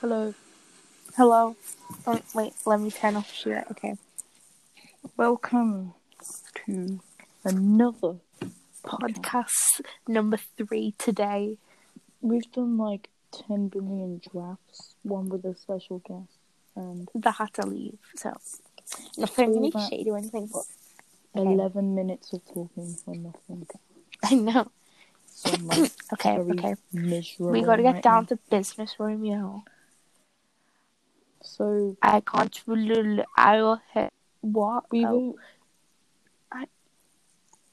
Hello. Hello. Oh, wait, let me turn off share. Okay. Welcome to another. Podcast number three today. We've done like 10 billion drafts, one with a special guest, and The had to leave, so Nothing nothing really about- shady or anything. But 11 minutes of talking for nothing. I know. So I'm like Okay, very okay. miserable. We gotta right get down now. to business, Romeo. So I can't. really- I will hit what? we Oh, were. I-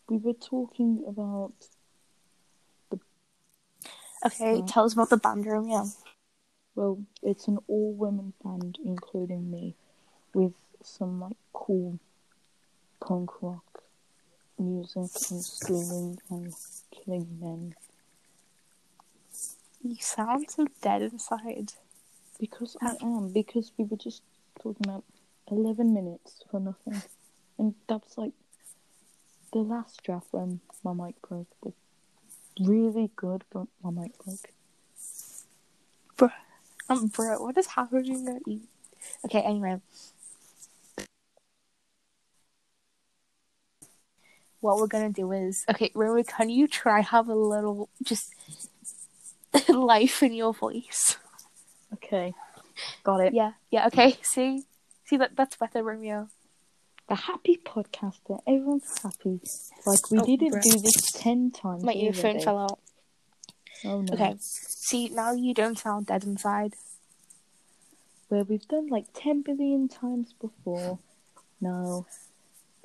We were talking about. Okay, Mm. tell us about the band, Romeo. Well, it's an all women band, including me, with some like cool punk rock music and screaming and killing men. You sound so dead inside. Because I am, because we were just talking about 11 minutes for nothing. And that's like the last draft when my mic broke was really good, but my mic broke. Um, bro, what is happening to you? Okay, anyway. What we're gonna do is okay, Romy, can you try have a little just life in your voice? Okay, got it. Yeah, yeah, okay. See? See that that's better, Romeo. The happy podcaster, everyone's happy. Like, we Oh, didn't bruh. do this 10 times. My earphone already. fell out. Oh no. Okay. See now you don't sound dead inside. Where we've done like 10 billion times before. Now,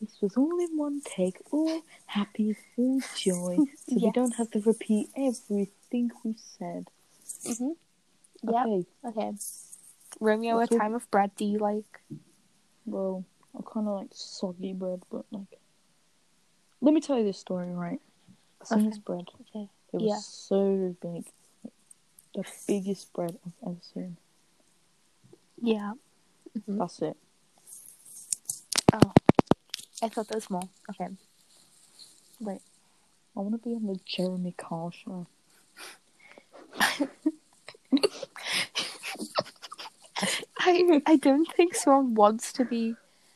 this was all in one take, all happy, all joy, so we Yes. don't have to repeat everything we said. Mm-hmm. Yeah. Okay, Okay. Romeo, What's a your- time of bread do you like? well, I kind of like soggy bread, but like. Let me tell you this story, right? I seen Okay. this bread. Okay. It was Yeah. so big. The biggest bread I've ever seen. Yeah. Mhm. That's it. Oh. I thought that was more. Okay. Wait. I want to be on the Jeremy Carl show. I I don't think someone wants to be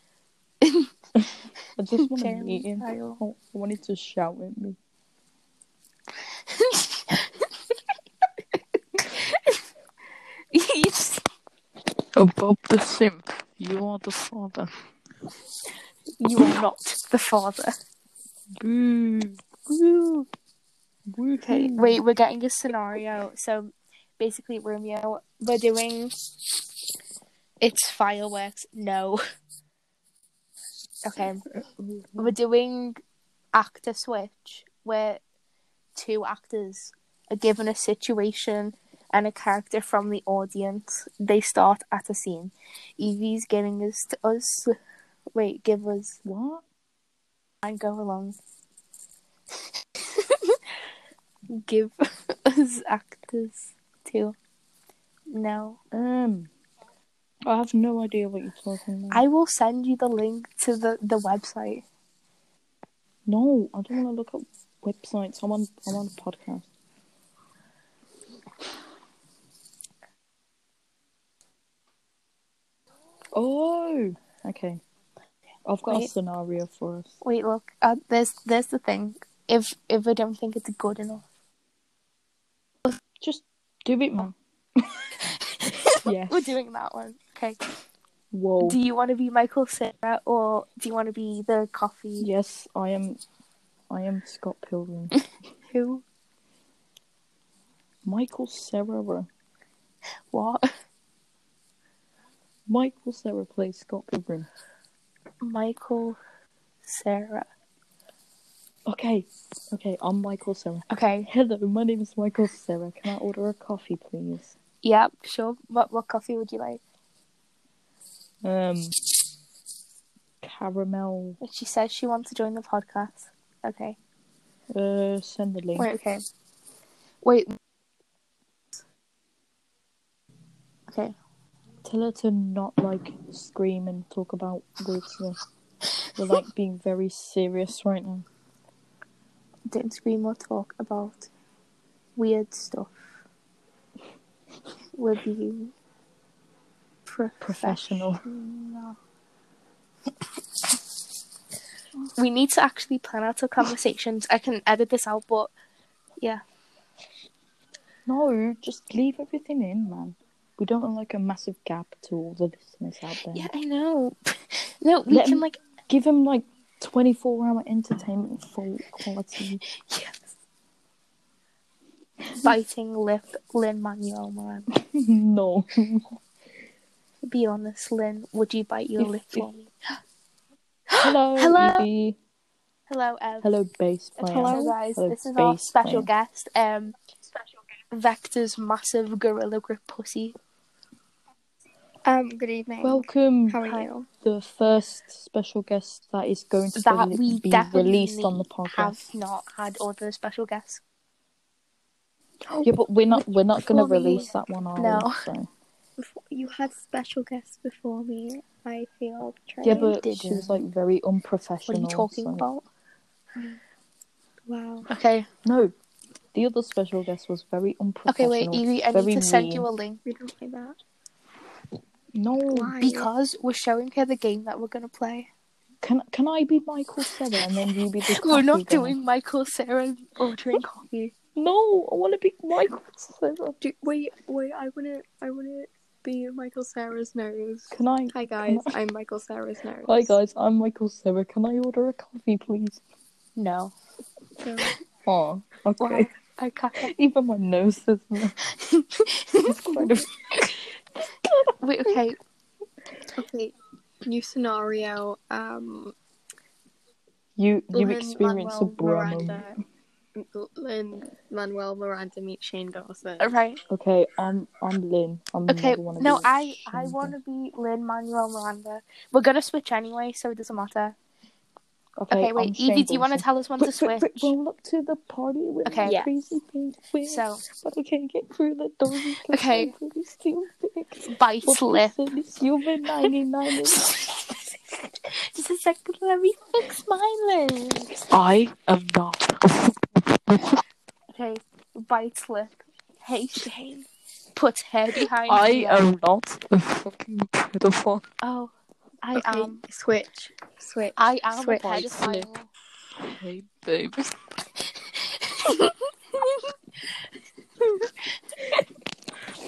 I just want to Jeremy meet him. I Kyle. wanted to shout at me. Yes. Above the simp, you are the father. you are not the father. Boo. Woo. Woo. Okay, wait, we're getting a scenario. So basically, Romeo, we're doing it's fireworks. No. Okay, we're doing actor switch where two actors are given a situation and a character from the audience. They start at a scene. Evie's giving us to us. Wait, give us What? and go along. Give us actors too. No. Um, I have no idea what you're talking about. I will send you the link to the, the website. No, I don't want to look up websites. I'm on, I'm on a podcast. Oh, okay. I've got a Wait. scenario for us. Wait, look. Uh, there's there's the thing. If if I don't think it's good enough, Just do it, man. yes. we're doing that one. Okay. Whoa. Do you want to be Michael Cera or do you want to be the coffee? Yes, I am. I am Scott Pilgrim. Who? Michael Cera. What? Michael Cera plays Scott Pilgrim. Michael Cera. Okay. Okay, I'm Michael Cera. Okay. Hello, my name is Michael Cera. Can I order a coffee, please? Yeah. Sure. What what coffee would you like? Um, caramel. But she says she wants to join the podcast. Okay. Uh, send the link. Wait, okay. Wait. Okay. Tell her to not like scream and talk about weird stuff. We're like being very serious right now. Don't scream or talk about weird stuff. We're being Professional. We need to actually plan out our conversations. I can edit this out, but No, just leave everything in, man. We don't want like a massive gap to all the listeners out there. yeah, I know. no, we Let can me- like Give them like 24 hour entertainment for quality. biting lip Lynn Manuel Miranda. no. Be honest, Lynn, would you bite your If- lip for me? Hello. Hello. Evie. Hello, Ev. Hello, bass player. Hello, guys. Hello, this is our bass special player. guest, um, Vector's massive gorilla grip pussy. Um, good evening. Welcome how are Pat, you? the first special guest that is going to That be- we be definitely released on the have podcast. not had other special guests. Yeah, but we're not we're not going to Before we- release that one, are we? No. So- Before, you had special guests before me. I feel betrayed. Yeah, but didn't. she was like very What unprofessional. are you talking so- about? wow. Okay, No, the other special guest was very okay, unprofessional. wait, Evie, I need to very send you mean. a link We don't like that. No, Why? because we're showing her the game that we're gonna play. can can I be Michael Cera and then you be the? We're cocky not guy? doing Michael, Sarah, ordering coffee. No, I want to be Michael Cera. Do, wait, wait. I wanna, I wanna be Michael Sarah's nose. Can I? Hi guys, I'm Michael Sarah's nose. Hi guys, I'm Michael Cera. Can I order a coffee, please? No, So, Oh, okay. Wow. I can't. Even my nose is it's kind of Wait, okay, okay, new scenario. Um, you you Lin experience a Manuel Brahma. Miranda. L- Lin Manuel Miranda meets Shane Dawson. all right. Okay, I'm I'm Lynn. I'm Okay, One no, I I want to be Lynn Manuel Miranda. We're gonna switch anyway, so it doesn't matter. Okay, wait, Evie, do you want to tell us when to switch? roll up to the party with Okay. my Yes. crazy pink wig, So but I can't get through the door because Okay. I'm really stupid. bite But lip. listen, it's human 99 is- Just a second, let me fix my lips. I am not. Okay, bite lip. Hey Shane, put hair behind. I ear. am not a fucking pedophile. Oh, I Okay, um, am. switch, switch. I am Switch. a pedophile. Hey, babe.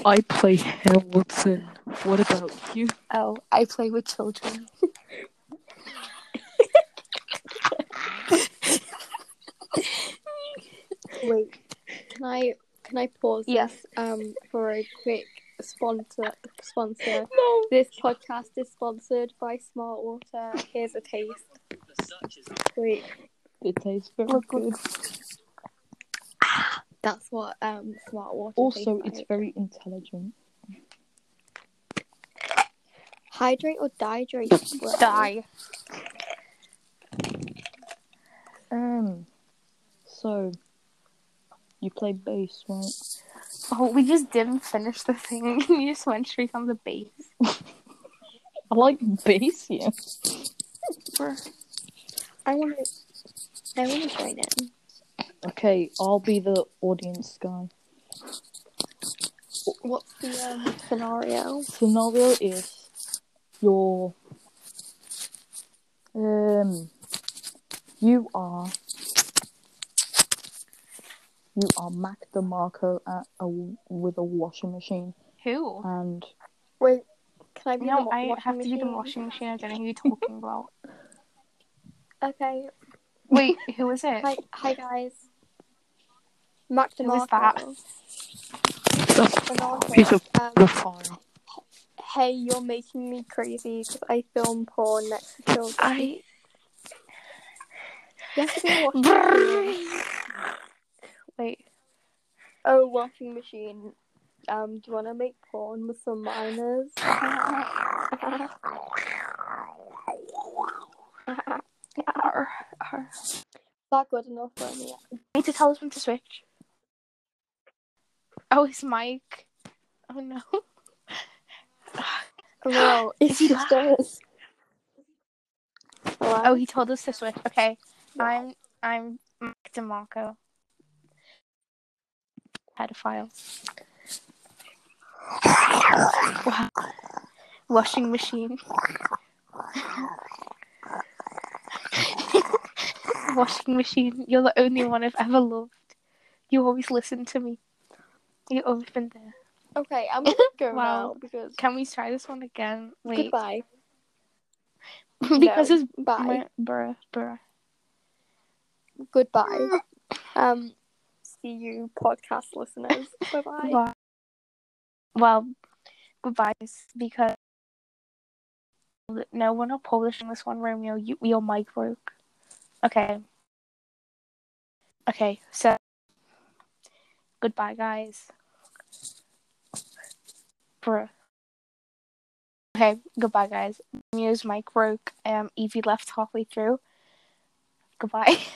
I play Hannah Woodson. What about you? oh, I play with children. Wait, can I can I pause Yeah. this um for a quick sponsor sponsor? No. This podcast is sponsored by Smart Water. Here's a taste. Wait, It tastes very Look, good. look. that's what um Smart Water. Also, tastes it's like. very intelligent. hydrate or dihydrate. bro. Die. Um, so you play bass, right? Oh, we just didn't finish the thing. you just went straight on the base. I like bass, yeah. I want to. I want to join in. Okay, I'll be the audience guy. What's the um scenario? Scenario is you're um you are you are Mac DeMarco at a, with a washing machine Who? and Wait, can I be the No, wa- I washing have to do the machine? washing machine. I don't know who you're talking about. Okay. Wait, who is it? Hi, hi guys. Mac Who is that? DeMarco. That's DeMarco. He's a Um, pedophile. hey, you're making me crazy because I film porn next to children. I. You have to be a washing machine. Wait. Oh, washing machine. Um, do you want to make porn with some minors? Arr, arr. that good enough for me? Need to tell us when to switch. Oh, it's Mike. Oh no. No, it's he just us. Hello? Oh, he told us to switch. Okay, I'm I'm Mike DeMarco. Pedophile. Wow. washing machine. washing machine, you're the only one I've ever loved. You always listen to me. You've always been there. Okay, I'm gonna go Wow. now because Can we try this one again? Wait. goodbye. because No, it's Bye. my bruh, bruh. Goodbye. Um, see you, podcast listeners. Bye bye. Bye. Well, goodbyes because no, we're not publishing this one, Romeo. You, your mic broke. Okay. Okay, so goodbye, guys. Bruh. Okay, goodbye, guys. Romeo's mic broke. Um, Evie left halfway through. Goodbye.